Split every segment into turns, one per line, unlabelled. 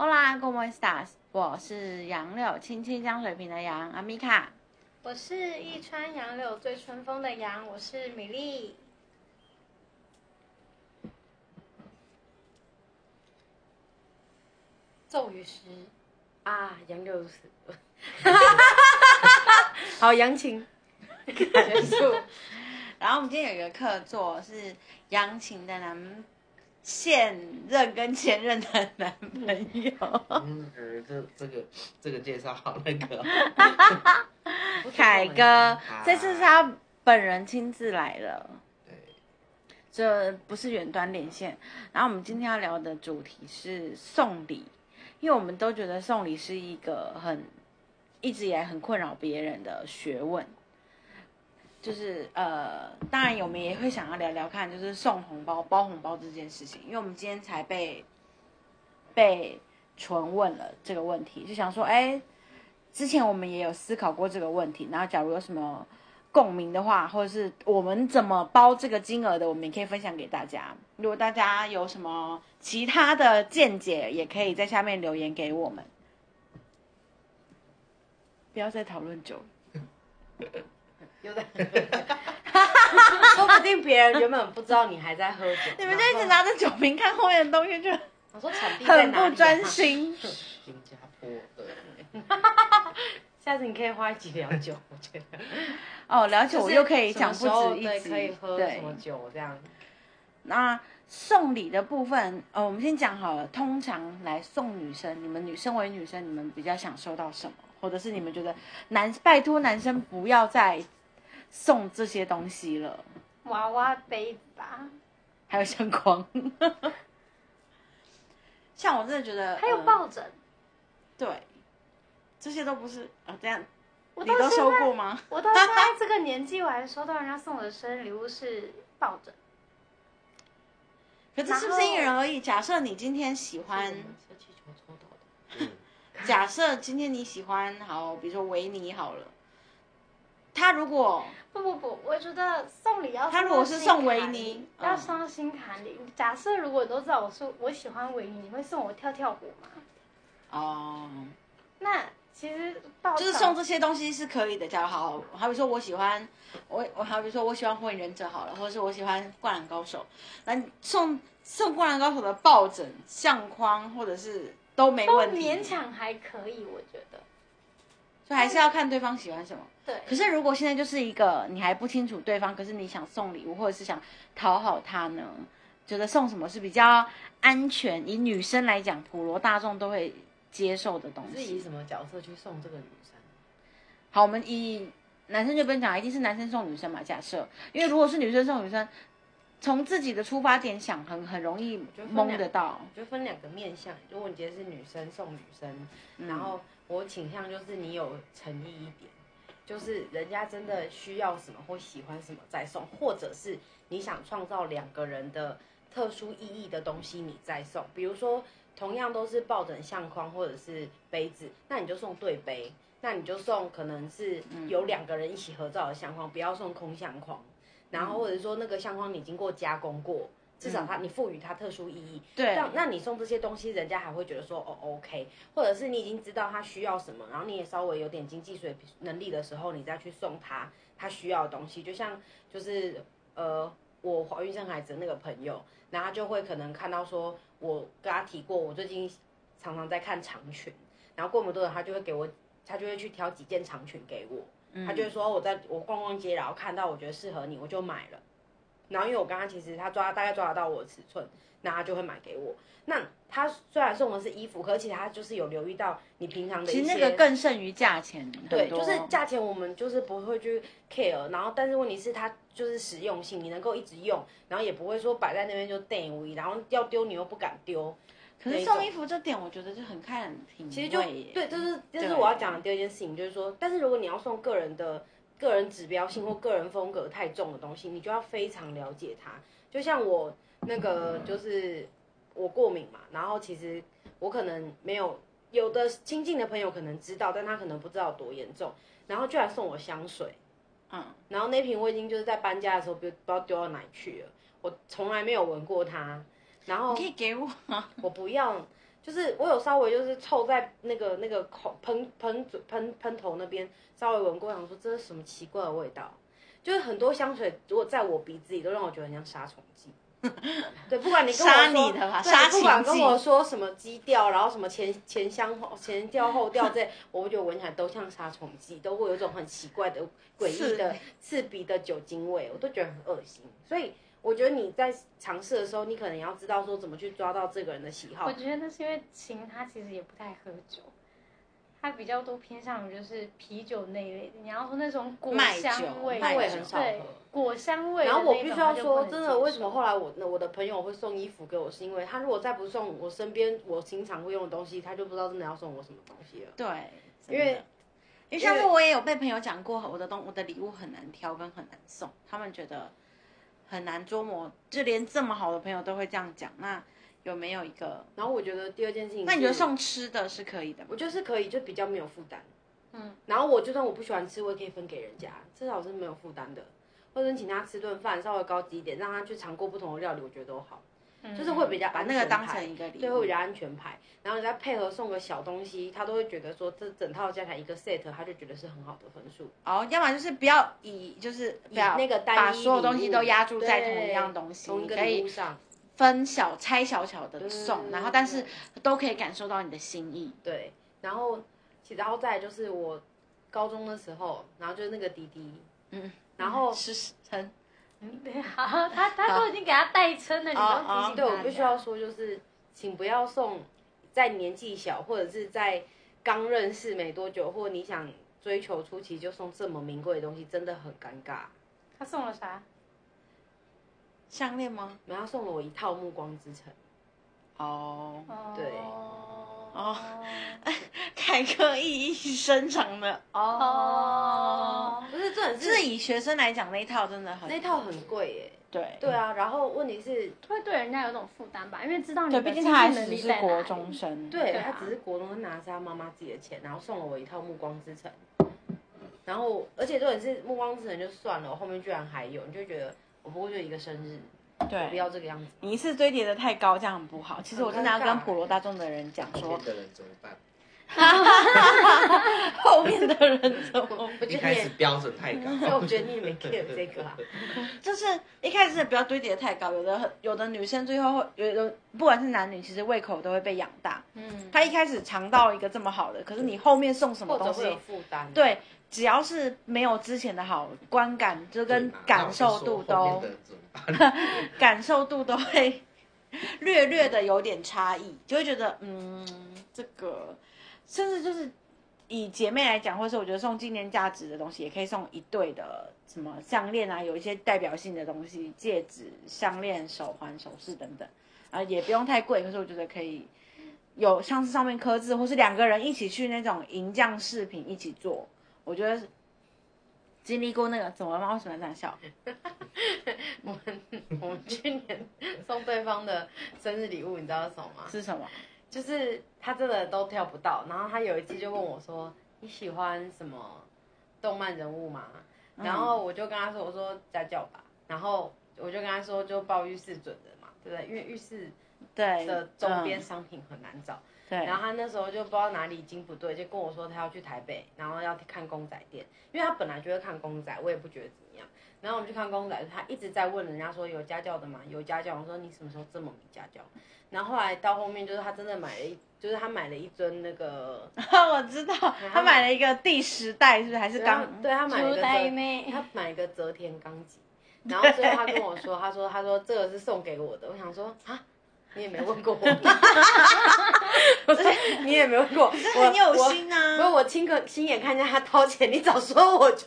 Hola, ¿cómo estás？我是杨柳青青江水平的杨阿米卡。
我是一川杨柳最春风的杨，我是米粒。咒语师，
啊，杨柳死了。好，扬琴结束。
然后我们今天有一个客座是扬琴的男现任跟前任的男朋友
嗯，呃，这这个这个介绍好那个哦、
凯哥，这次是
啊
他本人亲自来了。
对，
这不是远端连线。然后我们今天要聊的主题是送礼，因为我们都觉得送礼是一个很一直以来很困扰别人的学问。就是呃，当然我们也会想要聊聊看，就是送红包、包红包这件事情，因为我们今天才被被纯问了这个问题，就想说，哎，之前我们也有思考过这个问题，然后假如有什么共鸣的话，或者是我们怎么包这个金额的，我们也可以分享给大家。如果大家有什么其他的见解，也可以在下面留言给我们。不要再讨论久了，
又在喝酒， 说不定别人原本不知道你还在喝酒。
你们就一直拿着酒瓶看后面的东西， 就
我说场地在
很
哪里啊
不专。心。
新加坡的，
下次你可以花一集聊酒，我觉得。
哦，了解，我又可以讲
什
不
么时候
止一
对
集，
可以喝
对
什么酒这样。
那送礼的部分，呃，我们先讲好了。通常来送女生，你们女身为女生，你们比较想收到什么，或者是你们觉得男拜托男生不要再送这些东西了，
娃娃杯子吧，
嗯还有相框。 像我真的觉得，
还有
呃
抱枕。
对，这些都不是啊、这样
我
你
到
都
现
收
在，
过吗？
我到现 在这个年纪，我还收到人家送我的生日礼物是抱枕。
可这是不是因人而异？假设你今天喜欢。
射嗯气球抽到的。
嗯，
假设今天你喜欢好，比如说维尼好了，他如果
不不不，我觉得送礼要
他如果是送维尼
送到心坎里要
嗯
送到心坎里。假设如果你都知道我说我喜欢维尼，你会送我跳跳虎吗？
哦，
那其实抱
就是
枕
送这些东西是可以的。假如好，好比说我喜欢我我好比说我喜欢火影忍者好了，或者是我喜欢灌篮高手，那你送送灌篮高手的抱枕、相框或者是都没
都
问题，
勉，强还可以，我觉得。
就还是要看对方喜欢什么。
对，
可是如果现在就是一个你还不清楚对方，可是你想送礼物或者是想讨好他呢？觉得送什么是比较安全？以女生来讲，普罗大众都会接受的东
你是以
西。
什么角色去送这个女生？
好，我们以男生这边讲，一定是男生送女生嘛？假设，因为如果是女生送女生，从自己的出发点想，很很容易
就分两
蒙得到。
我觉得分两个面向，如果你今天是女生送女生，
嗯
然后我倾向就是你有诚意一点，就是人家真的需要什么或喜欢什么再送，或者是你想创造两个人的特殊意义的东西你再送，比如说同样都是抱枕、相框或者是杯子，那你就送对杯，那你就送可能是有两个人一起合照的相框，不要送空相框，然后或者说那个相框你经过加工过。至少它你赋予它特殊意义，
对，
那那你送这些东西，人家还会觉得说哦 OK，或者是你已经知道他需要什么，然后你也稍微有点经济水平能力的时候，你再去送他他需要的东西。就像就是呃，我怀孕生孩子的那个朋友，然后他就会可能看到说，我跟他提过，我最近常常在看长裙，然后过没多久他就会给我，他就会去挑几件长裙给我，
嗯
他就会说我在我逛逛街，然后看到我觉得适合你，我就买了。然后因为我跟他其实他抓大概抓得到我的尺寸，那他就会买给我。那他虽然送的是衣服，可是其实他就是有留意到你平常的
其
一
实
些
那个更胜于价钱很多。
对，就是价钱我们就是不会去 care，然后但是问题是它就是实用性，你能够一直用，然后也不会说摆在那边就电无然后要丢你又不敢丢。
可是送衣服这点，我觉得就很看品味耶。
其实就对，这是这是我要讲的第二件事情，就是说，但是如果你要送个人的个人指标性或个人风格太重的东西，你就要非常了解它。就像我那个就是我过敏嘛，然后其实我可能没有有的亲近的朋友可能知道，但他可能不知道有多严重，然后居然送我香水。
嗯，
然后那瓶我已经就是在搬家的时候，不不知道丢到哪里去了，我从来没有闻过它。然后
你可以给我啊。
我不要，就是我有稍微就是凑在那个那个口喷喷嘴喷喷头那边稍微闻过，想说这是什么奇怪的味道。就是很多香水，如果在我鼻子里都让我觉得很像杀虫剂。对，不管你跟我
杀
说
你的吧
对
杀
不管
情
跟
剂
我说什么基调，然后什么前前香后前调后调这，我觉得闻起来都像杀虫剂，都会有一种很奇怪的诡异的刺鼻的酒精味，我都觉得很恶心。所以我觉得你在尝试的时候，你可能也要知道说怎么去抓到这个人的喜好
我。觉得那是因为晴她其实也不太喝酒，她比较多偏向于就是啤酒那一类的。你要说那种果
卖酒
香味，
卖
酒
对果香味的
然
那
后
种。
我必须要
她就不
说，
能
真
接
的，
受
为什么后来我我的朋友会送衣服给我，是因为他如果再不送我身边我经常会用的东西，他就不知道真的要送我什么东西了。
对，
因为
真的因为像是我也有被朋友讲过，我的东我的礼物很难挑跟很难送，他们觉得很难捉摸，就连这么好的朋友都会这样讲，那有没有一个？
然后我觉得第二件事情，
那你觉得？送吃的是可以的吗？
我觉得是可以，就比较没有负担。
嗯，
然后我就算我不喜欢吃，我也可以分给人家，至少是没有负担的。或者你请他吃顿饭，稍微高级一点，让他去尝过不同的料理，我觉得都好。就是会比较
把
安
那个
全
当
牌
成一个礼
对，
物
会比较安全牌。然后你再配合送个小东西，他都会觉得说这整套加起来一个 set，他就觉得是很好的分数。
哦，要么就是不要以就是不要
那个单一
把所有东西
礼物
都压注在
对
同一样东西，
同一
你
个
可
礼物
以
上，
分小拆小小的送，
对
然后但是都可以感受到你的心意。
对。然后，其然后再来就是我高中的时候，然后就是那个滴滴，
嗯，
然后
是是很
嗯 好，她她都已经给她代称了，你
哦
都提
哦
醒
对我
她
必须要说，就是请不要送在年纪小或者是在刚认识没多久，或你想追求初期就送这么名贵的东西，真的很尴尬。
她送了啥？
项链吗？
然后他送了我一套《暮光之城
哦，
对
哦
哦凯歌意义深长的哦。
哦》，
不是这很
是
是
以学生来讲，那一套真的很
那套很贵耶、
对
对啊，然后问题是，
会对人家有种负担吧，因为知道你
对，
的
毕竟
经
他还
济能
只
力
是
在哪
国
里
中生，
对
对啊
他只是国中生拿着他妈妈自己的钱，然后送了我一套《暮光之城》，然后而且重点是《暮光之城》就算了，我后面居然还有，你就觉得我不过就一个生日，
对
不要这个样子。
你一次堆叠的太高，这样很不好。其实我真的要
很尴
跟
尬欸
普罗大众的人讲
后
说
面，的人怎么办？
后面的人怎么
我
一
觉得
开
你也，
始标准太
所以
高，
我觉得你也没 care 这个啊。
就是一开始不要堆叠得太高，有的很有的女生最后会有的不管是男女，其实胃口都会被养大。
嗯，
她一开始尝到一个这么好的，可是你后面送什么
或者
东
会有
西，
负担。，啊
对，只要是没有之前的好，观感就跟感受度
那我就说后面
都
的人怎么办？
感受度都会 略略的有点差异，就会觉得嗯，这个甚至就是以姐妹来讲，或是我觉得送纪念价值的东西，也可以送一对的什么项链啊，有一些代表性的东西，戒指、项链、手环、首饰等等啊，也不用太贵，可是我觉得可以。有像是上面刻字，或是两个人一起去那种银匠饰品一起做，我觉得经历过那个怎么了吗？为什么要这样笑？
我们我们去年送对方的生日礼物，你知道是什么吗？
是什么？
就是他真的都跳不到。然后他有一次就问我说：“你喜欢什么动漫人物吗？”然后我就跟他说：“我说家教吧。”然后我就跟他说：“就报浴室准的嘛，对不对？因为浴室
对
的周边
嗯
商品很难找。”
对，
然后他那时候就不知道哪里已经不对，就跟我说他要去台北，然后要去看公仔店，因为他本来就会看公仔，我也不觉得怎么样。然后我们去看公仔，他一直在问人家说有家教的吗？有家教，我说你什么时候这么没家教？然后后来到后面就是他真的买了一，就是他买了一尊那个，
我知道，他买了一个第十代，是不是？还是刚
对啊他买了一
初
个
代
折，
妹，
他买了一个折田纲 吉，然后最后他跟我说，他说他说这个是送给我的，我想说啊。你也没问过我， 我 说你也没问过，我
很有
我
心
不是
啊。
我亲个亲眼看见他掏钱，你早说我就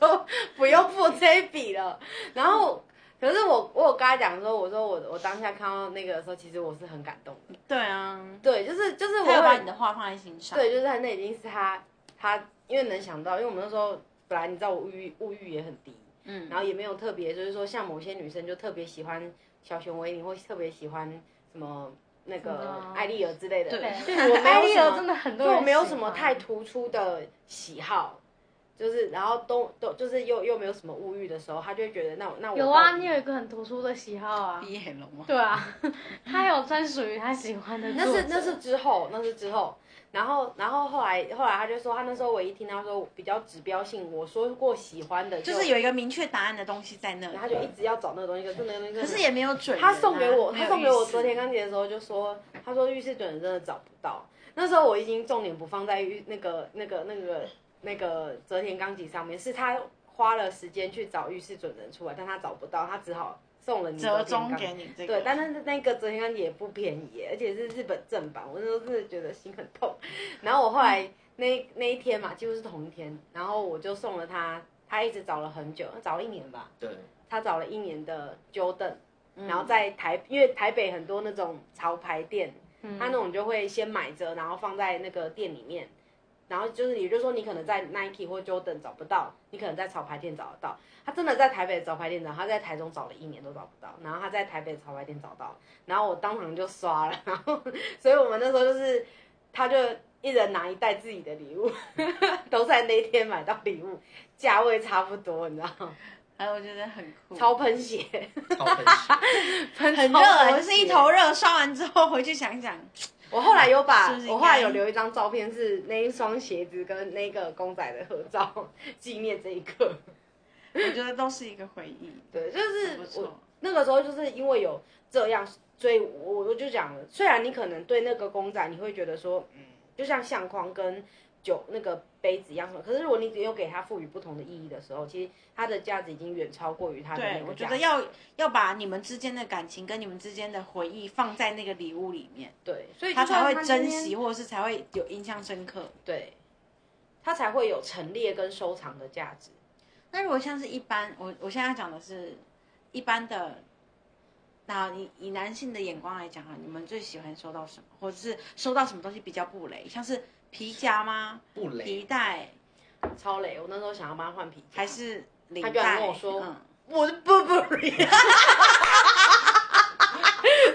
不用付这一笔了。然后，可是我我有跟他讲说，我说我我当下看到那个的时候，其实我是很感动的。
对啊，
对，就是就是我
他有把
会
你的话放在心上。
对，就是他那已经是他他因为能想到，因为我们那时候本来你知道我物欲物欲也很低，
嗯，
然后也没有特别就是说像某些女生就特别喜欢小熊维尼，或特别喜欢什么那个
嗯
艾丽儿之类的。
对
对，我没
艾
有
丽
什
尔
么
真的很多
就
人，
我没有什么太，突出的喜好，就是然后都都就是又又没有什么物欲的时候，他就会觉得那我那我
有
到
啊，
底
你有一个很突出的喜 好啊，
毕业了吗？
对啊，他有专属于他喜欢的
那
作
是
者
那是之后，那是之后。然后，然后后来，后来他就说，他那时候唯一听到说比较指标性，我说过喜欢的，
就是有一个明确答案的东西在那
他
里，
就一直要找那个东西，可是那个东西真的
可是也没有准人啊、
他送给我，
没有
他送给我
意思
昨天钢琴的时候就说，他说浴室准真的找不到。那时候我已经重点不放在浴那个那个那个那个泽田钢琴上面，是他花了时间去找浴室准人出来，但他找不到，他只好送了你
折
泽田
中
钢
给你这个，
对，但是那个泽天钢也不便宜耶，而且是日本正版，我那时候真的觉得心很痛。 然后我后来那那一天嘛，几乎是同一天，然后我就送了他，他一直找了很久，找了一年吧，
对，
他找了一年的 Jordan，然后在台，因为台北很多那种潮牌店，
嗯
他那种就会先买着，然后放在那个店里面。然后就是，也就是说，你可能在 Nike 或 Jordan 找不到，你可能在潮牌店找得到。他真的在台北的潮牌店找，他在台中找了一年都找不到，然后他在台北的潮牌店找到了，然后我当场就刷了， 然后所以我们那时候就是，他就一人拿一袋自己的礼物， 都在那一天买到礼物，价位差不多，你知道吗？
哎，我觉得很酷，
超喷血，
超喷血，
喷
很
超
热啊，
多
就是一
血
头热，刷完之后回去想想，
我后来有把，
是不是应该
我后来有留一张照片，是那一双鞋子跟那个公仔的合照，纪念这一刻。
我觉得都是一个回忆，
对，就
不
是我
错。
那个时候就是因为有这样，所以我我就讲了，虽然你可能对那个公仔你会觉得说，嗯，就像相框跟酒那个杯子一样，可是如果你只有给它赋予不同的意义的时候，其实它的价值已经远超过于它的那
对，
个
我觉
价值
得要要把你们之间的感情跟你们之间的回忆放在那个礼物里面，
对，所以
他
就算
才会
今
珍
天
惜，或者是才会有印象深刻。
对，它才会有陈列跟收藏的价值。
那如果像是一般，我我现在讲的是一般的，那以以男性的眼光来讲啊，你们最喜欢收到什么，或者是收到什么东西比较不雷？像是皮夹吗？
不
皮
雷，
带
超累，我那时候想要帮他换皮夹，
还是领
他
带？
居然跟我说
嗯，
我是 Burberry，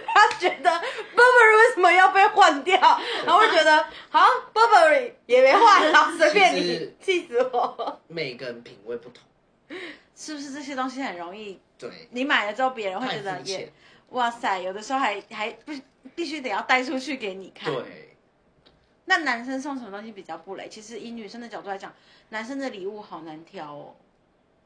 他觉得 Burberry 为什么要被换掉？然后我就觉得好 Burberry 也没换，好随便
其
你
实，
气死我！
每个人品味不同，
是不是这些东西很容易？
对，
你买了之后，别人会
太
觉得
肤
也
浅，
哇塞，有的时候还还不必须得要带出去给你看。
对，
那男生送什么东西比较不雷？其实以女生的角度来讲，男生的礼物好难挑哦。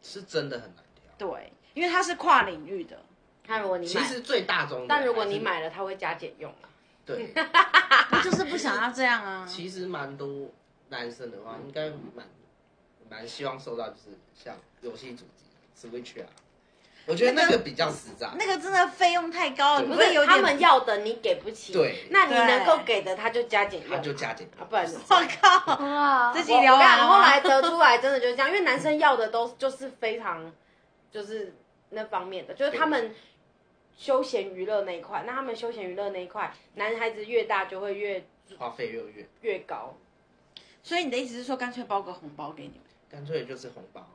是真的很难挑。
对，因为它是跨领域的。
看如果你
其
买，
实最大宗的还是，
但如果你买了，他会加减用啊。
对，
我就是不想要这样 啊。
其实蛮多男生的话，应该蛮蛮希望收到，就是像游戏主机 Switch 啊，我觉得那个比较实在。
那个真的费用太高了，
对
你
不
会有
是
点
他们要的你给不起，
对
那你
对
能够给的他就加减
他
用，
就加减
啊，不然怎么办
我靠，
哇，
自己
我
聊
我跟你
完
讲哦
了
后
吗
来得出来真的就是这样，因为男生要的都就是非常就是那方面的，就是他们休闲娱乐那一块。那他们休闲娱乐那一块，男孩子越大就会越
花费越越，
越高。
所以你的意思是说，干脆包个红包给你们？
干脆就是红包。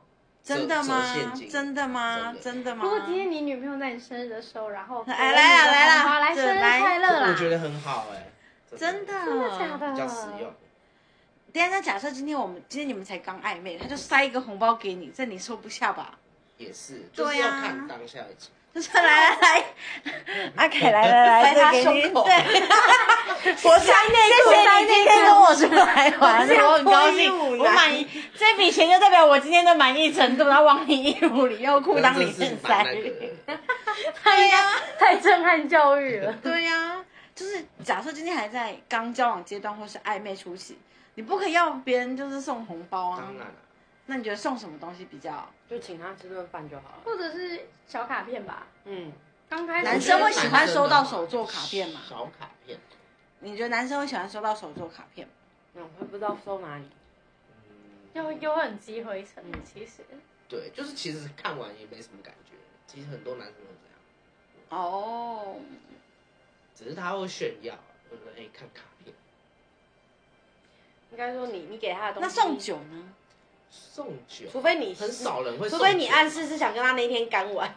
真的
折折
吗
现？金
真的吗？
真
真的吗
如？果今天你女朋友在你生日的时候，然后
哎来啦来啦
好来
对
生日
来
快乐啦！
我觉得很好哎，
真的，啊
真的假的？
比较实用。
等一下，那假设今天我们今天你们才刚暧昧，他就塞一个红包给你，这你收不下吧？
也是，就是
对
要
啊
看当下的情
就是 来来来，阿凯来来来，
塞
这
他
给你
胸口
对，我塞内
裤
谢谢
塞
你
内
今天跟我出来玩，
我是
我很高
脱衣舞
兴，
男
我满意。这笔钱就代表我今天的满意程度，然后往你衣服里又裤裆
况，真
里
的是
面
蛮
塞。
那 个的，
对呀、
太震撼教育了。
对呀、就是假设今天还在刚交往阶段或是暧昧初期，你不可以要别人就是送红包啊。
当然了，
那你觉得送什么东西比较？
就请他吃顿饭就好了。
或者是小卡片吧。
嗯，
刚开始
男生会
我觉
喜
得
欢
蛮
收到手作卡片吗
小卡片，
你觉得男生会喜欢收到手作卡片吗？
那我会不知道收哪里。
嗯
又又很积灰尘，其实
对，就是其实看完也没什么感觉，其实很多男生都这样，
哦，
只是他会炫耀，我说哎看卡片，
应该说你你给他的东西，
那送酒呢？
送酒，
除非你
很少人会送
除
酒，
非你暗示是想跟他那天干完，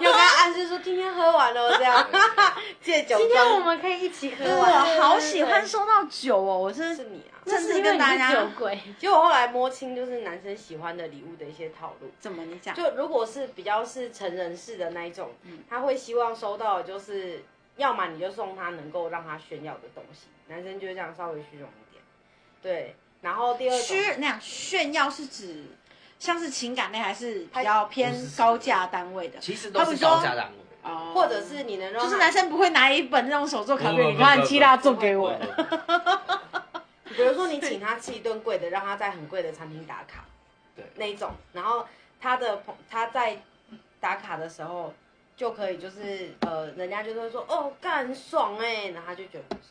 又跟他暗示说今天喝完了这样， 借酒
今天我
装
们可以一起喝
我
完，
好喜欢收到酒哦，我是
是你啊。
那
正
是
式
因为
跟
你
大
是酒
家
鬼，
结果后来摸清就是男生喜欢的礼物的一些套路。
怎么你讲？
就如果是比较是成人式的那一种，他会希望收到的就是，要么你就送他能够让他炫耀的东西，男生就是这样稍微虚荣一点，对。然后第二种
虚那样炫耀是指像是情感类还是比较偏高价单位的？
其实都是高价单位。
哦
或者是你能让
就是男生不会拿一本那种手作卡
不
片，
不
你看
不不
基拉做给我
不
了。
不不
比如说你请他吃一顿贵的，让他在很贵的餐厅打卡，
对
那一种，然后他的朋他在打卡的时候就可以就是呃，人家就会说哦，干很爽哎、然后他就觉得很爽，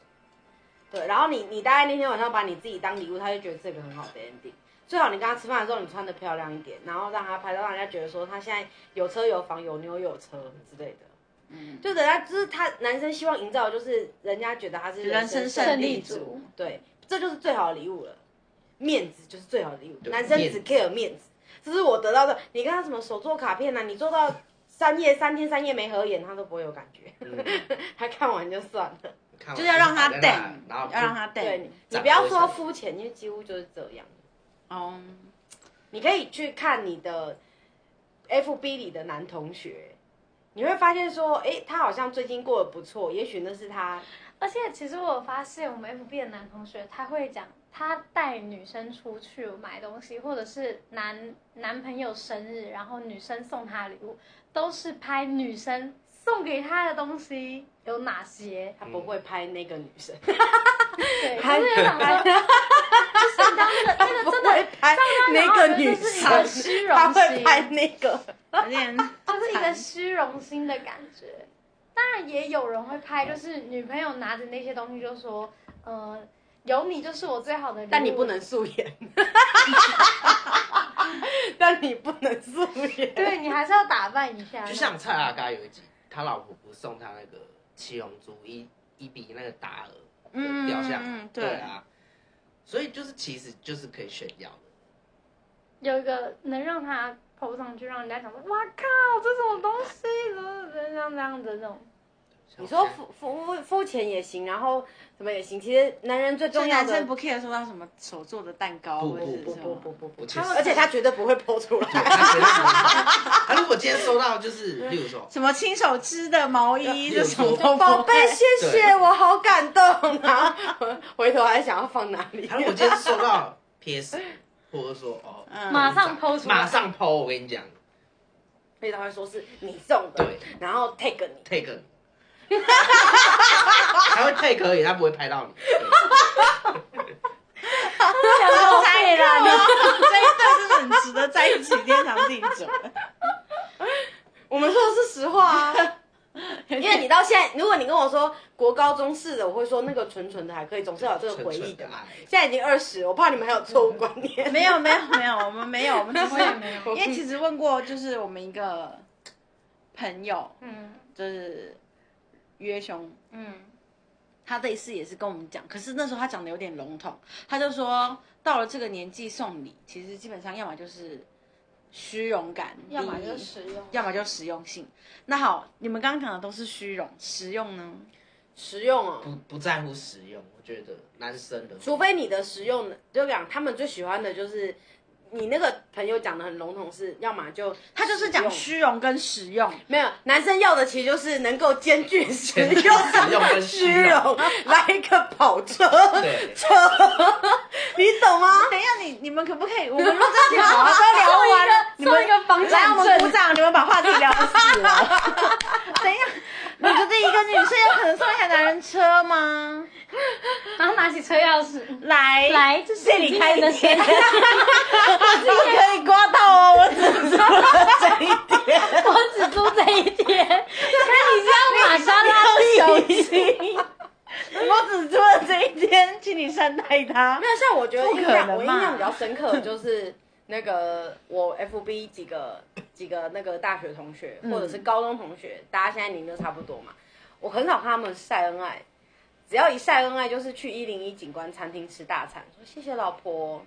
对，然后你你大概那天晚上把你自己当礼物，他就觉得这个很好的 ending。最好你跟他吃饭的时候，你穿的漂亮一点，然后让他拍照，让人家觉得说他现在有车有房有妞有车之类的。嗯，就人家就是他男生希望营造的就是人家觉得他是
人生胜
胜
利
组
组，
对，这就是最好的礼物了。面子就是最好的礼物，
对
男生只 care 面子，这是我得到的。你跟他什么手做卡片呢、啊你做到三夜三天三夜没合眼，他都不会有感觉， 他看完就算了。
看 我
就是要让他
摆在那
damn，
然后
要让他
对
damn
你。，你不要说肤浅，因为几乎就是这样。
哦，
你可以去看你的 FB 里的男同学，你会发现说，哎，他好像最近过得不错，也许那是他
而且其实我有发现，我们 FB 的男同学他会讲，他带女生出去买东西，或者是男男朋友生日，然后女生送他礼物，都是拍女生送给他的东西有哪些。
他不会拍那个女生，
对，
拍
就是想说，就是当那个
他
那个
不
真
会
的，
拍
然
那
后
个
觉
女
得这是一个
生，
虚
他
荣
会
心，
拍那个。
有点
就是一个
惨
虚荣心的感觉。当然也有人会拍，就是女朋友拿着那些东西就说，呃，有你就是我最好的礼物。
但你不能素颜，但你不能素颜。
对你还是要打扮一下。
就像蔡阿嘎有一集，他老婆不是送他那个七龙珠一一比一那个大鹅的雕像，
嗯嗯嗯对
对啊，所以就是其实就是可以炫耀的，
有一个能让他抛上去，让人家想说，哇靠，这什么东西，怎么怎么这样这样的那种。
像
你说
我现在
肤肤肤肤浅也行，然后什么也行。其实男人最
就
重要
男
的
生不 care 说他什么手做的蛋糕
不
或者是
不
不
什
不
么，
不不不
我，其实
而且他绝对不会剖出
对
来。
他觉得很他如果今天收到就是，例如说，
什么亲手织的毛衣，这什么都不
宝贝，谢谢，
对
我好感动啊！回头还想要放哪里？
他如果今天收到 PS，或者说哦，
马上 po 出来
马上 PO，我跟你讲
所以他会说是你送的
对，
然后 take 你。
，take，你他会 take 而已，他不会拍到你。对
想说太了，你这一对真的很值得在一起天长地 久。
我们说的是实话啊。因为你到现在，如果你跟我说国高中式的，我会说那个纯纯的还可以，总是要有这个回忆的嘛
纯纯的爱。
现在已经二十，我怕你们还有错误观念。
没 有没有没有，我们没有，我们只
我也没
是
有
因为哎其实问过，就是我们一个朋友，
嗯
就是约兄，
嗯，
他这一次也是跟我们讲，可是那时候他讲的有点笼统，他就说到了这个年纪送礼，其实基本上要么就是虚荣感，
要么
利益
就实用，
要么就实用性。那好，你们刚刚讲的都是虚荣，实用呢？
实用哦，
不不在乎实用，我觉得男生的话，
除非你的实用的，就讲他们最喜欢的就是你那个朋友讲的很笼统是，要么就
他就是
实
讲
用
虚荣跟实用，
没有男生要的，其实就是能够兼具实用
实用跟
虚
虚荣
荣，来一个跑车
对
车，你 懂吗？
等一下，你你们可不可以？我们录 这集好好都聊完了， 你
送
们
一个房
来，
产
我们鼓
证，
掌，你们把话题聊死了。 等一下，你觉得一个女生有可能送一台男人车吗？
然后拿起车钥匙，
来，
来，这是你开的车。
不可以刮到哦，我只是说了这一点。
我只租这一天，可以像玛莎拉蒂
小心，我只做了这一天，请你善待他
没。有，像我觉得
不可
印象，
能
我印
嘛
象比较深刻的就是那个我 FB 几个几个那个大学同学
嗯
或者是高中同学，大家现在年龄都差不多嘛，我很少看他们晒恩爱，只要一晒恩爱就是去一零一景观餐厅吃大餐，说谢谢老婆。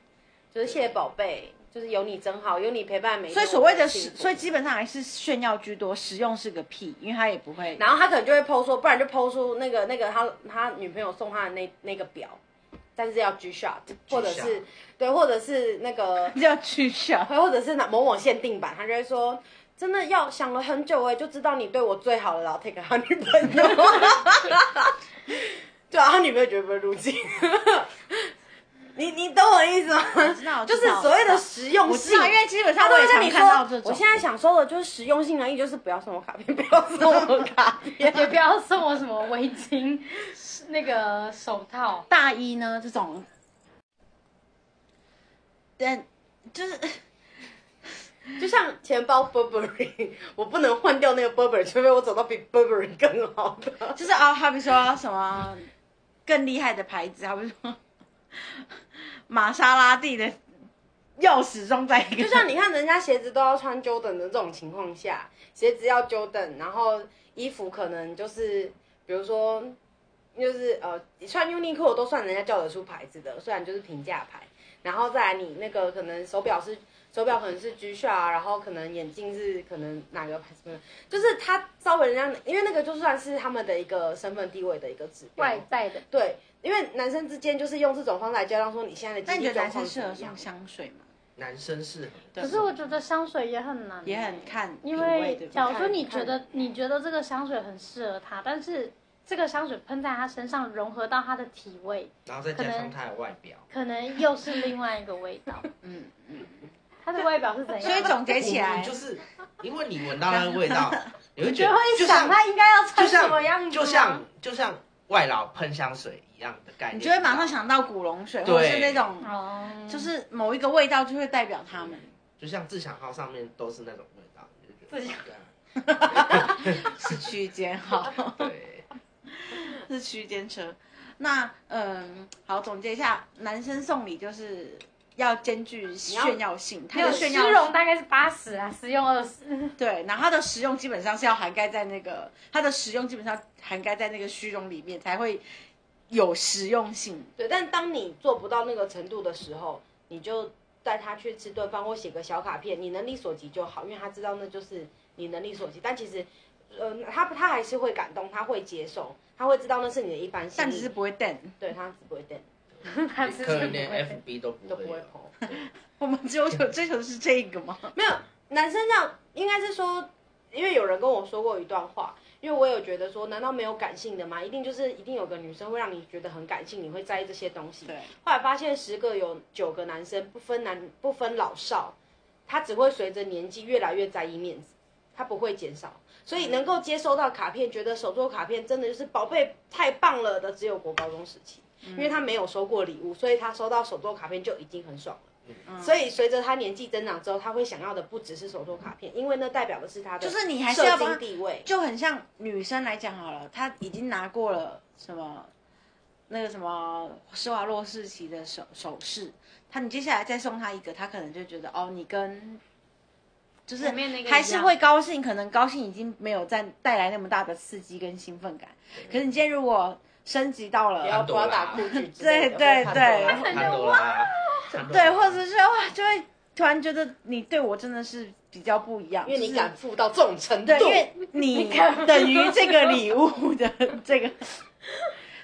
就是谢谢宝贝，就是有你真好，有你陪伴每一天
所以
我
所谓的
很
实
幸，福
所以基本上还是炫耀居多，实用是个屁，因为他也不会。
然后他可能就会抛出，不然就抛出那个那个他他女朋友送他的那那个表，但是要 G Shot，或者是对，或者是那个，
要去想，
或者是哪某某限定版，他就会说。真的要想了很久哎、就知道你对我最好了，然后 take 他女朋友， 对啊，他女朋友绝对不会入境。 你你懂我意思吗？
知道我知道
就是所谓的实用
我知
性，
道，因为基本上
他
我
都
也
会跟
常
你
看到这
说，
种。
我现在想说的就是实用性而已，就是不要送我卡片， 不要送我卡片。
也不要送我什么围巾、那个手套。
大一呢这种，但就是
就像钱包 Burberry，我不能换掉那个 Burberry，除非我找到比 Burberry 更好的。
就是啊，好比说什么更厉害的牌子，好比说 玛莎拉蒂的钥匙装在一个，
就像你看，人家鞋子都要穿 Jordan 的这种情况下，鞋子要 Jordan，然后衣服可能就是，比如说，就是呃，你穿 Uniqlo 都算人家叫得出牌子的，虽然就是平价牌。然后再来你那个可能手表是手表可能是 G Shock 啊，然后可能眼镜是可能哪个牌子的，就是他稍微人家，因为那个就算是他们的一个身份地位的一个指标。
外在的，
对，因为男生之间就是用这种方法来较量，说你现在的
那
经
你
济
觉得
状
男生适
况怎
合
么
送
样。
香水吗？
男生适合，
可是我觉得香水也很难，
也很。看
因
品味对
为
不对
假如说你
看
觉得你觉得这个香水很适合他，但是这个香水喷在他身上，融合到他的体味，
然后再加上他的外表，
可能又是另外一个味 道。
嗯嗯，
他的外表是怎样？
所以总结起
我
来
们就是因为你闻到那个味道，你会觉
就
得
会
就
想
像
他应该要
就
穿什么样
像
子啊
就
吗
像就像外劳喷香水一样的概念，
你就会马上想到古龙水，
对
或者是那种
哦，
就是某一个味道就会代表他们。
就像自强号上面都是那种味道，你就觉得
自强
对啊
是区间号，
对，
是区间车。那嗯，好，总结一下，男生送礼就是要兼具炫耀性，他
没有
的炫耀
虚荣大概是八十啊，实用二十。
对，然后它的实用基本上是要涵盖在那个，它的实用基本上涵盖在那个虚荣里面才会有实用性。
对，但当你做不到那个程度的时候，你就带他去吃顿饭或写个小卡片，你能力所及就好，因为他知道那就是你能力所及。但其实，呃，他他还是会感动，他会接受，他会知道那是你的一般心
但只是
意。
不会瞪，
对他只不会等，
还是
可能连 FB 都不
都不
会
会
有。
跑。
我们只有有追求的是这个吗？
没有，男生这样应该是说，因为有人跟我说过一段话，因为我有觉得说，难道没有感性的吗？一定就是一定有个女生会让你觉得很感性，你会在意这些东西。
对，
后来发现十个有九个男生不分男不分老少，他只会随着年纪越来越在意面子，他不会减少。所以能够接收到卡片，觉得手做卡片真的就是宝贝太棒了的，只有国高中时期，因为他没有收过礼物，所以他收到手做卡片就已经很爽了。所以随着他年纪增长之后，他会想要的不只是手做卡片，因为那代表的是他的
就是你还是要
社经
帮，
地位。
就很像女生来讲好了，她已经拿过了什么那个什么施华洛世奇的首首饰，她你接下来再送她一个，她可能就觉得哦，你跟就是
前面那个一样
还是会高兴，可能高兴已经没有再带来那么大的刺激跟兴奋感。可是你今天如果升级到
不要
了，
不要打酷剧之
对
类 的，
对
或者
对
潘多拉
潘多拉，
对，或者是哇，就会突然觉得你对我真的是比较不一样，
因为你
就是
敢付到这种程度，
对，因为你等于这个礼物的这个。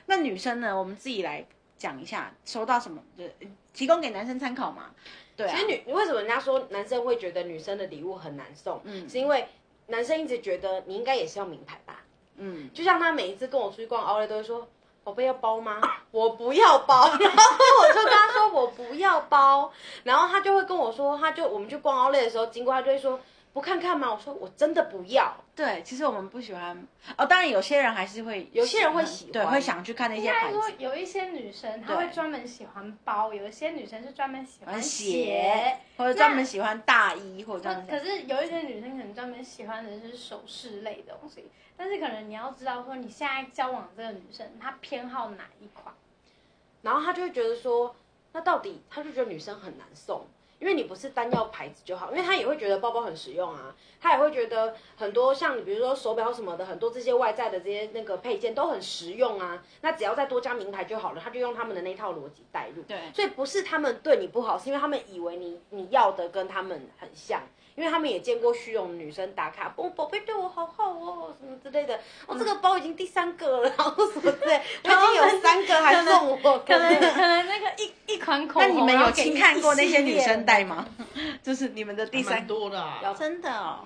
那女生呢？我们自己来讲一下，收到什么的，提供给男生参考嘛。对啊
其，实女为什么人家说男生会觉得女生的礼物很难送，
嗯
是因为男生一直觉得你应该也是要名牌吧？
嗯，
就像他每一次跟我出去逛 o u 都会说：“宝贝要包吗？” 我不要包， 然后我就跟他说我不要包，然后他就会跟我说，他就我们去逛 o u 的时候经过，他就会说不看看吗？我说我真的不要，
对，其实我们不喜欢哦。当然，有些人还是会，
有些人会喜欢
对，会想去看那些
应该
牌
说
子。
有一些女生她
对
会专门喜欢包，有一些女生是专门喜欢
鞋
鞋，，
或者专门喜欢大衣，或者专门喜
可
欢
是有一些女生可能专门喜欢的是首饰类的东西，但是可能你要知道说你现在交往这个女生她偏好哪一款，
然后他就会觉得说，那到底他就觉得女生很难送，因为你不是单要牌子就好，因为他也会觉得包包很实用啊，他也会觉得很多像你比如说手表什么的，很多这些外在的这些那个配件都很实用啊，那只要再多加名牌就好了，他就用他们的那套逻辑带入，
对
所以不是他们对你不好，是因为他们以为你你要的跟他们很像。因为他们也见过虚荣的女生打卡，哦，宝贝对我好好哦，什么之类的。哦，这个包已经第三个了，然后什么之类，我已经有三个还送我，
可能可能那个一一款口
那
红，
你们
然
有
后给
亲
一
看过那些
一系
女
列
生戴吗？ 就是你们的第
蛮
三，
多的啊，
真的哦，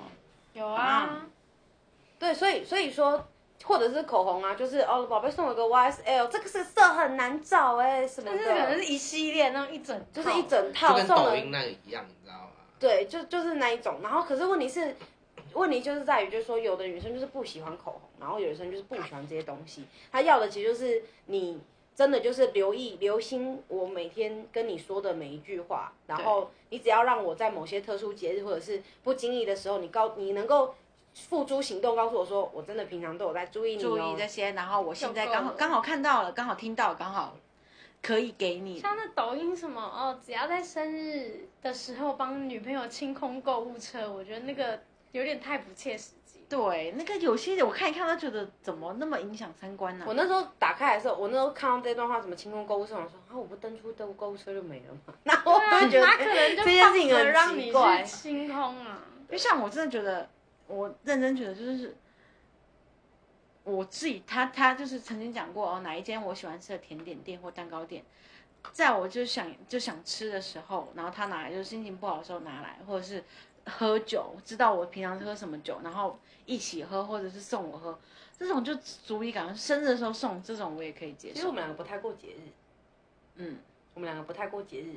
有啊，
对，所以所以说，或者是口红啊，就是哦，宝贝送我个 YSL，这个是色很难找哎、什么
但是可能
的
是，一系列那种一整
就
套，
是一整
就
套
跟
送
抖
了
音，那个一样，你知道吗？
对，就就是那一种。然后可是问题是，问题就是在于，就是说有的女生就是不喜欢口红，然后有的女生就是不喜欢这些东西，她要的其实就是你真的就是留意留心我每天跟你说的每一句话，然后你只要让我在某些特殊节日或者是不经意的时候，你告你能够。付诸行动，告诉我说，我真的平常都有在注意你、哦，
注意这些，然后我现在
有够
刚好
了
刚好看到了，刚好听到了，刚好可以给你。
像那抖音什么哦，只要在生日的时候帮女朋友清空购物车，我觉得那个有点太不切实 际。
对，那个有些我看一看，都觉得怎么那么影响三观呢、
我那时候打开来的时候，我那时候看到这段话，什么清空购物车，我想说啊，我不登出购购物车就没了嘛。 然后我
对啊
就觉得
他可能就
这件事情
放着
很
让
奇
你
怪
去清空啊。
因为像我真的觉得，我认真觉得就是我自己，他他就是曾经讲过哦，哪一间我喜欢吃的甜点店或蛋糕店，在我就想就想吃的时候，然后他拿来，就是心情不好的时候拿来，或者是喝酒，知道我平常喝什么酒，然后一起喝，或者是送我喝，这种就足以感觉生日的时候送这种我也可以接
其实我
受。
们两个不太过节日，
嗯，
我们两个不太过节日，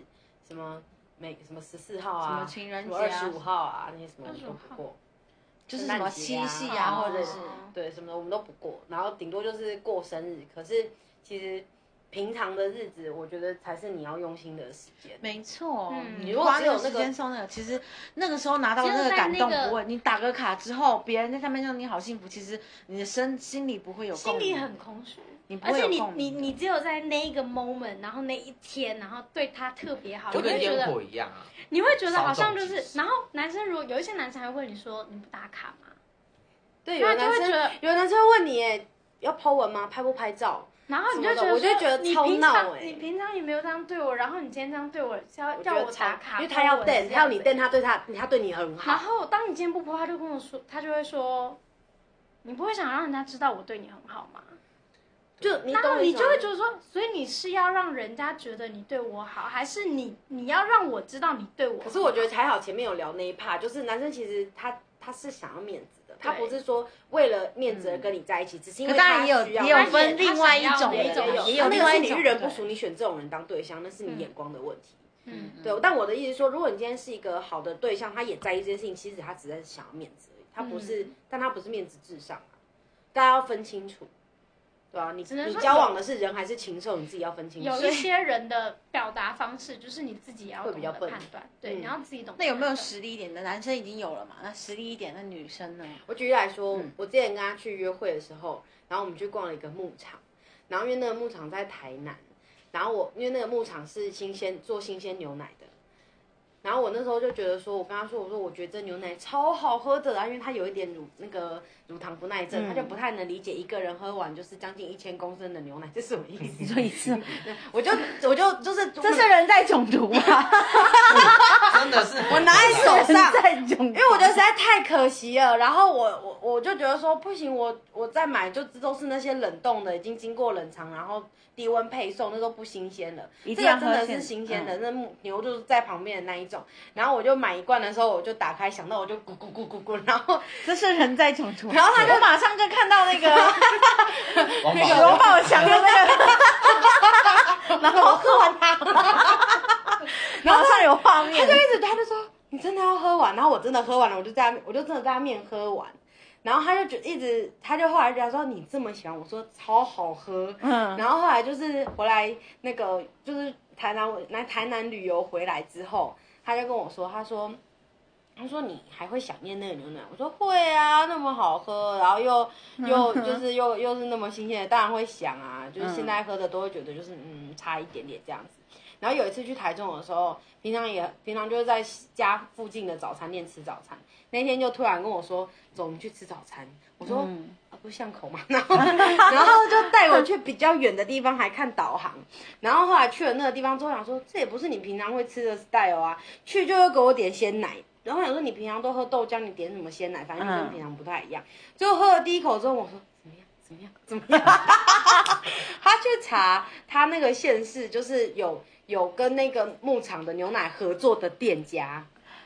什么每什么十四号
什么
啊，
情人节
二十
啊
五，号啊，那些什么我们
25
都不过。
就是
圣
什么
诞节
七
啊
夕啊，或者是
哦
对，什么的我们都不过，然后顶多就是过生日。可是其实平常的日子，我觉得才是你要用心的时间。
没错，
嗯
你
如果
花
只
那
有
个
那
时
个
间送那个，其实那个时候拿到
只有
那个
在
感
那
动
个
不会，你打个卡之后，别人在上面让你好幸福，其实你的身心里不会有共
心
鸣，
里很空虚，
你不
而
会
且
有
你
共
你
鸣的
你只有在那一个 moment，然后那一天，然后对他特别好，
就
你
跟
会觉
烟
得
火一样啊，
你会觉得好像就
少壮
是
即，
然后男生如果有一些男生还会问你说你不打卡吗？
对，有
那
的
就会
男
觉
生
得，
有的男生会问你，哎，要 po 文吗？拍不拍照？
然后你就觉得
我就觉得
说
超
你平
闹
常
欸
你平常也没有这样对我，然后你今天这样对我，是要
我觉
要
得
我
超
打卡，
因为他要
我也是
d 他要你
这
d
样
他对他他对你很
然
好。
后当你今天不播，他就跟我说，他就会说，你不会想让人家知道我对你很好吗？
就你
然后
懂
你就会觉
得
得说，所以你是要让人家觉得你对我好，还是你你要让我知道你对我好？
可是我觉得还好，前面有聊那一 part，就是男生其实他他是想要面子的，他不是说为了面子而跟你在一
嗯
起，只是因为
可当然
他
也有
需要
也有
他
也
分
他
另
想
外一
要
种
的
人
那
也
种
啊，
有，
也有
啊那
另
个
外
是
一
你
种
遇人不
对
淑，你选这种人当对象，那是你眼光的问题。
嗯，
对，但我的意思是说，如果你今天是一个好的对象，他也在意这件事情，其实他只是想要面子而已，他不是，
嗯
但他不是面子至上啊，大家要分清楚，对啊，你
只能
你
说
交
有
往的是人还是禽兽，你自己要分清楚。
有一些人的表达方式，就是你自己也要
会
懂
比较
得
笨
判断，对，
嗯
你要自己懂得判断。
那有没有实力一点的？男生已经有了嘛？那实力一点的女生呢？
我举例来说，
嗯
我之前跟他去约会的时候，然后我们去逛了一个牧场，然后因为那个牧场在台南，然后我因为那个牧场是新鲜做新鲜牛奶的，然后我那时候就觉得说，我跟他说，我说我觉得这牛奶超好喝的啦，啊因为它有一点乳那个乳糖不耐
嗯
症，他就不太能理解一个人喝完就是将近一千公升的牛奶，这是什么意 思？
所以 是，
我就我就就是
这是人在囧途吗？
真的是
我拿在手
人
上。
在囧途，啊因
因为我觉得实在太可惜了。然后我我我就觉得说不行，我我再买就都是那些冷冻的，已经经过冷藏，然后低温配送，那都不新鲜了。
一
这
定
个
要
真
喝
的
现嗯
是新鲜的，那木牛就是在旁边的那一种。然后我就买一罐的时候，我就打开，想到我就咕咕咕咕咕，然 后
这是人在囧途，
然后他就马上就看到那个。
王
那个王宝强的那个。
然后我喝完它，
马上有画面
他就。一直他就说你真的要喝完，然后我真的喝完了，我就在他我就真的在他面喝完，然后他就觉一直他就后来就说你这么喜欢，我说超好喝，
嗯
然后后来就是回来那个就是台南来台南旅游回来之后，他就跟我说，他说。他说：“你还会想念那个牛奶？”我说：“会啊，那么好喝，然后又又就是又又是那么新鲜的，当然会想啊。就是现在喝的都会觉得就是嗯差一点点这样子。”然后有一次去台中的时候，平常也平常就是在家附近的早餐店吃早餐，那天就突然跟我说：“走，我们去吃早餐。”我说：“
嗯
啊，不是巷口嘛， 然后然后就带我去比较远的地方，还看导航。然后后来去了那个地方之后，想说这也不是你平常会吃的 style 啊，去就又给我点鲜奶。然后我想说你平常都喝豆浆，你点什么鲜奶？反正就跟
嗯
平常不太一样。最后喝了第一口之后，我说怎么样？怎么样？怎么样？ 他去查他那个县市，就是有有跟那个牧场的牛奶合作的店家。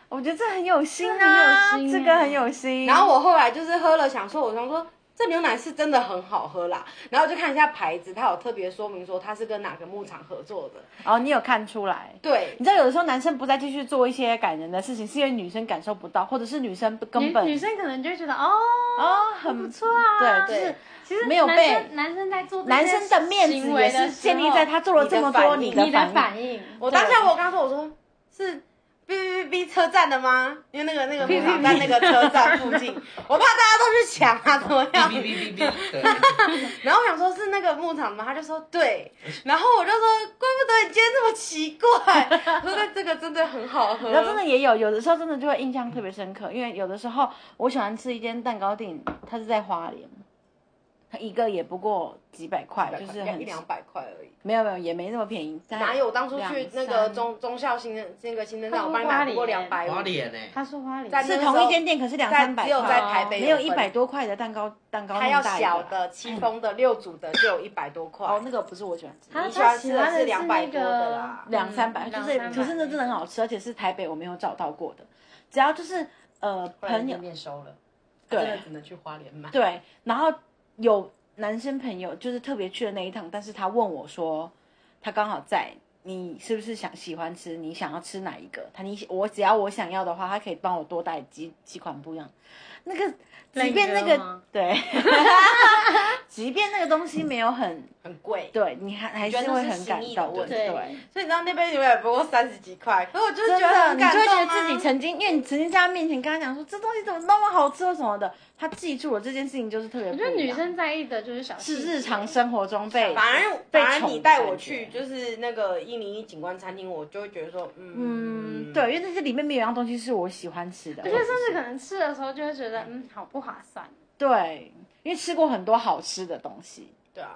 我觉得这很有心啊，
这很有
这
心
个很有心。
然后我后来就是喝了，想说，我想说这牛奶是真的很好喝啦。然后就看一下牌子，它有特别说明说它是跟哪个牧场合作的。
哦，你有看出来？
对
你知道，有的时候男生不再继续做一些感人的事情，是因为女生感受不到，或者是女生不根
女
本
女生可能就会觉得哦
哦很
不错啊，
对
对，
其实
没有
男
被
生男生在做这
男
些
生的面子
行
也
为的
是
时
建立
候
在他做了这么多，
你的
的
你的
反应。
反应，
我当下我刚说，我说是 B B B 车站的吗？因为那个 那个牧场在那个车站附近，我怕大家都去抢啊，怎么样
哔？哔哔哔哔，对，
然后我想说是那个牧场的吗？他就说对，然后我就说怪不得你今天这么奇怪，我说这个真的很好喝，
然后真的也有，有的时候真的就会印象特别深刻，因为有的时候我喜欢吃一间蛋糕店，它是在花莲，它一个也不过几百块，就是
要一
很
两百块而已。
没有没有也没那么便宜，
哪
哪
有？我当初去那个
两三
中中校新的那个新生站，
他
我
说
帮你买不过
花
两
莲
百
花
五，
脸呢，
他说花里
在
是
那个
同
时
一
候
间店，可是两
在
三百
只有
块，
在
哦
台北
没有
分
一百，多块的蛋糕，蛋糕
它
那
要
么大一个
小的
嗯
戚风的六组的就有一百多块。
哦，那个不是我喜欢吃，
他
你喜欢
他
吃
喜
的
欢
是
的
两百
那
多的啦
个，
两三百，
嗯
就是
两三百
可是那真的很好吃，而且是台北我没有找到过的，只要就是呃朋友
面收了，啊真的
对
只能去花莲买。
对，然后有男生朋友就是特别去的那一趟，但是他问我说，他刚好在，你是不是想喜欢吃？你想要吃哪一个？他你我只要我想要的话，他可以帮我多带几几款不一样。那个即便那
冷热
个
吗
对，即便那个东西没有很
很贵。
对，你还还是
觉得那
会
是
很
心
感
意的
动，
问
题
对。
所以你知道那杯牛奶不过三十几块，可是我就是
真
觉得
的，
很
你
感
就会觉
动
得自己
啊。
曾经，因为你曾经在他面前跟他讲说这东西怎么那么好吃或什么的，他记住了这件事情就是特别不
我
一
觉
样。
得女生在意的就是小
是
细节
日常生活中被
反而
被
反而
宠
你
的
带
感
我
觉
去就是那个一零一景观餐厅，我就会觉得说，嗯
嗯，对，因为那些里面没有一样东西是我喜欢吃的。
我觉得甚至可能吃的时候就会觉得，嗯，好不划算。
对，因为吃过很多好吃的东西。
对啊。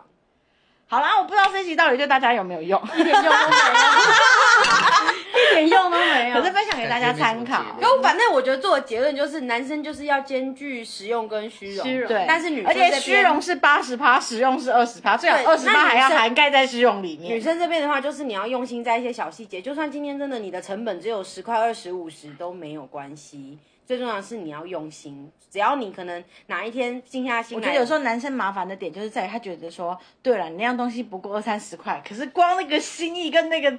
好啦，我不知道这一集到底对大家有没有用，
一点用都 没有，一点用都没有。
可是分享给大家参考。
感觉
可
没什么结论
我哦反正我觉得做的结论就是，男生就是要兼具实用跟虚荣，
虚荣
对，
但是女生
而且
这边
虚荣是八十趴，实用是二十趴，最好
对
二十
那
趴
女
还要
生
涵盖在虚荣里面。
女生这边的话，就是你要用心在一些小细节，就算今天真的你的成本只有十块、二十、五十都没有关系。最重要的是你要用心，只要你可能哪一天静下心
我
来，
觉得有时候男生麻烦的点就是在于他觉得说，对了，你那样东西不过二三十块，可是光那个心意跟那个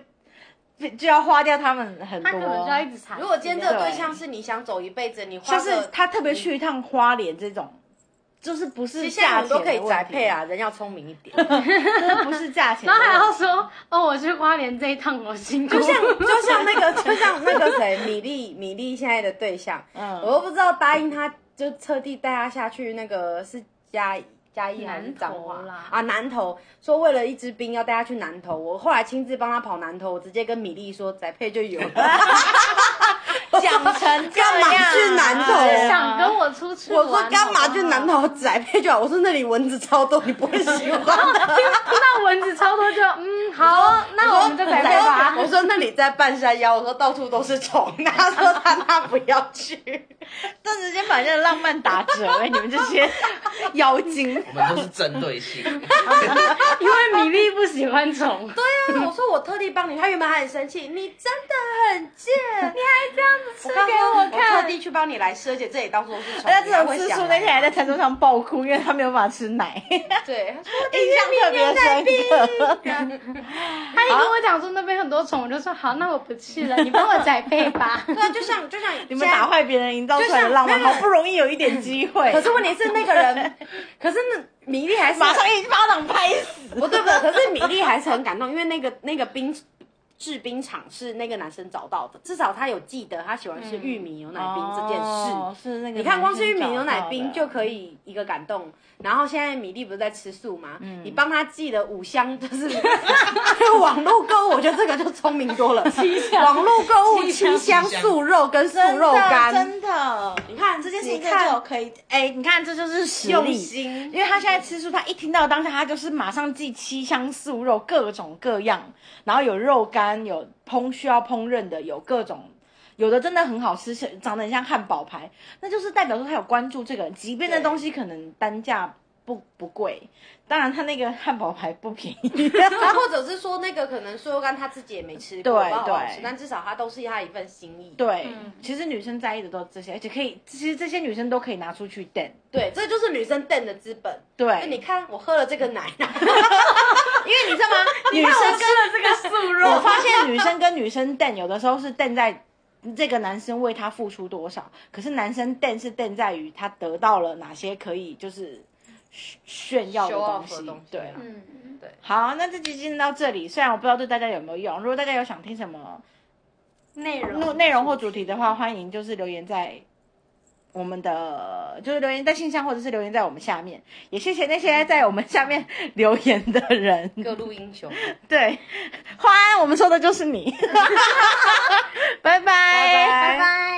就要花掉他们很
他可能就要
多。
一直查。
如果今天这个
对
对象是你想走一辈子，你花
像
个
是他特别去一趟花莲这种，就是不
其
是
实现在
价
很
钱
多可以
的问
宅
题
配，啊，人要聪明一点。
就是不是价钱的问
然后
题。
还要说，哦，我去花莲这一趟我辛苦，
就像 就像那 个就像那个谁，米粒米粒现在的对象，
嗯
我都不知道答应他，就特地带他下去那个是嘉义嘉义还是彰化
南投啦
啊南投，说为了一支冰要带他去南投，我后来亲自帮他跑南投，我直接跟米粒说宅配就有了，
讲成这
干嘛
样
去南投
对啊
想跟我出去
我
玩。
说干嘛去南
好
投宅配就好，我说那里蚊子超多，你不会喜欢
不好？
的。
那蚊子超多就，嗯， 好，那我们就再
我
来
说
吧
我。说那里在半山腰，我说到处都是虫，他说他他不要去。
这直接把人家的浪漫打折哎，你们这 些妖精。
我们都是针对性，
因为米粒不喜欢虫，对，
对啊，我说我特地帮你，他原本还很生气，你真的很贱，你还这样子吃
给我看
特地去帮你来吃，而且这里到处都是虫，
哎他这种
你还
吃素
会想
那天还在餐桌上爆哭，因为他没有办法吃奶， 印
对，他说
象特别深刻。
他一跟我讲说那边很多虫，我就说好，那我不去了，你帮我宅配吧。
对啊，就像就像
你们打。坏别人营造出来的浪漫，
就像
好不容易有一点机会，
可是问题是那 个人，可是那米粒还是
马上一巴掌拍死。
不对不对，可是米粒还是很感动，因为那个那个冰制冰厂是那个男生找到的，至少他有记得他喜欢吃玉米牛奶冰这件事。
哦、是那个
你看，光是玉米牛奶
男
冰
生
就
找到的
可以一个感动。然后现在米粒不是在吃素吗？
嗯
你帮他寄了五箱，就是 网络购物，我觉得这个就聪明多了。网络购物七箱素肉跟素肉干，
真的。
你看这件事
你
情
看就
看
可以，哎，你看这就是实
用
力。
心
因。为他现在吃素，他一听到当下，他就是马上寄七香素肉，各种各样，然后有肉干，有烹需要烹饪的，有各种，有的真的很好吃，是长得很像汉堡排，那就是代表说他有关注这个人，即便那
对
东西可能单价不不贵，当然他那个汉堡排不便宜，
然后或者是说那个可能素肉干他自己也没吃过，
对
不知道好不好吃
对
但至少他都是他一份心意。
对，
嗯
其实女生在意的都是这些，而且可以，其实这些女生都可以拿出去垫，
对，这就是女生瞪的资本。
对，
那你看我喝了这个奶，
因为你知道吗？女生
我吃了这个素
跟我
肉，
发现女生跟女生瞪，有的时候是瞪在嗯这个男生为他付出多少，可是男生瞪是瞪在于他得到了哪些可以就是炫炫耀的
Show off
东
的
西
东西，
对
啊。
嗯，
好，那这集先到这里。虽然我不知道对大家有没有用，如果大家有想听什么
内
内
容
内容或主题的话，欢迎就是留言在我们的，就是留言在信箱，或者是留言在我们下面。也谢谢那些在我们下面留言的人。
各路英雄。
对， 花安，我们说的就是你。拜拜，
拜
拜拜。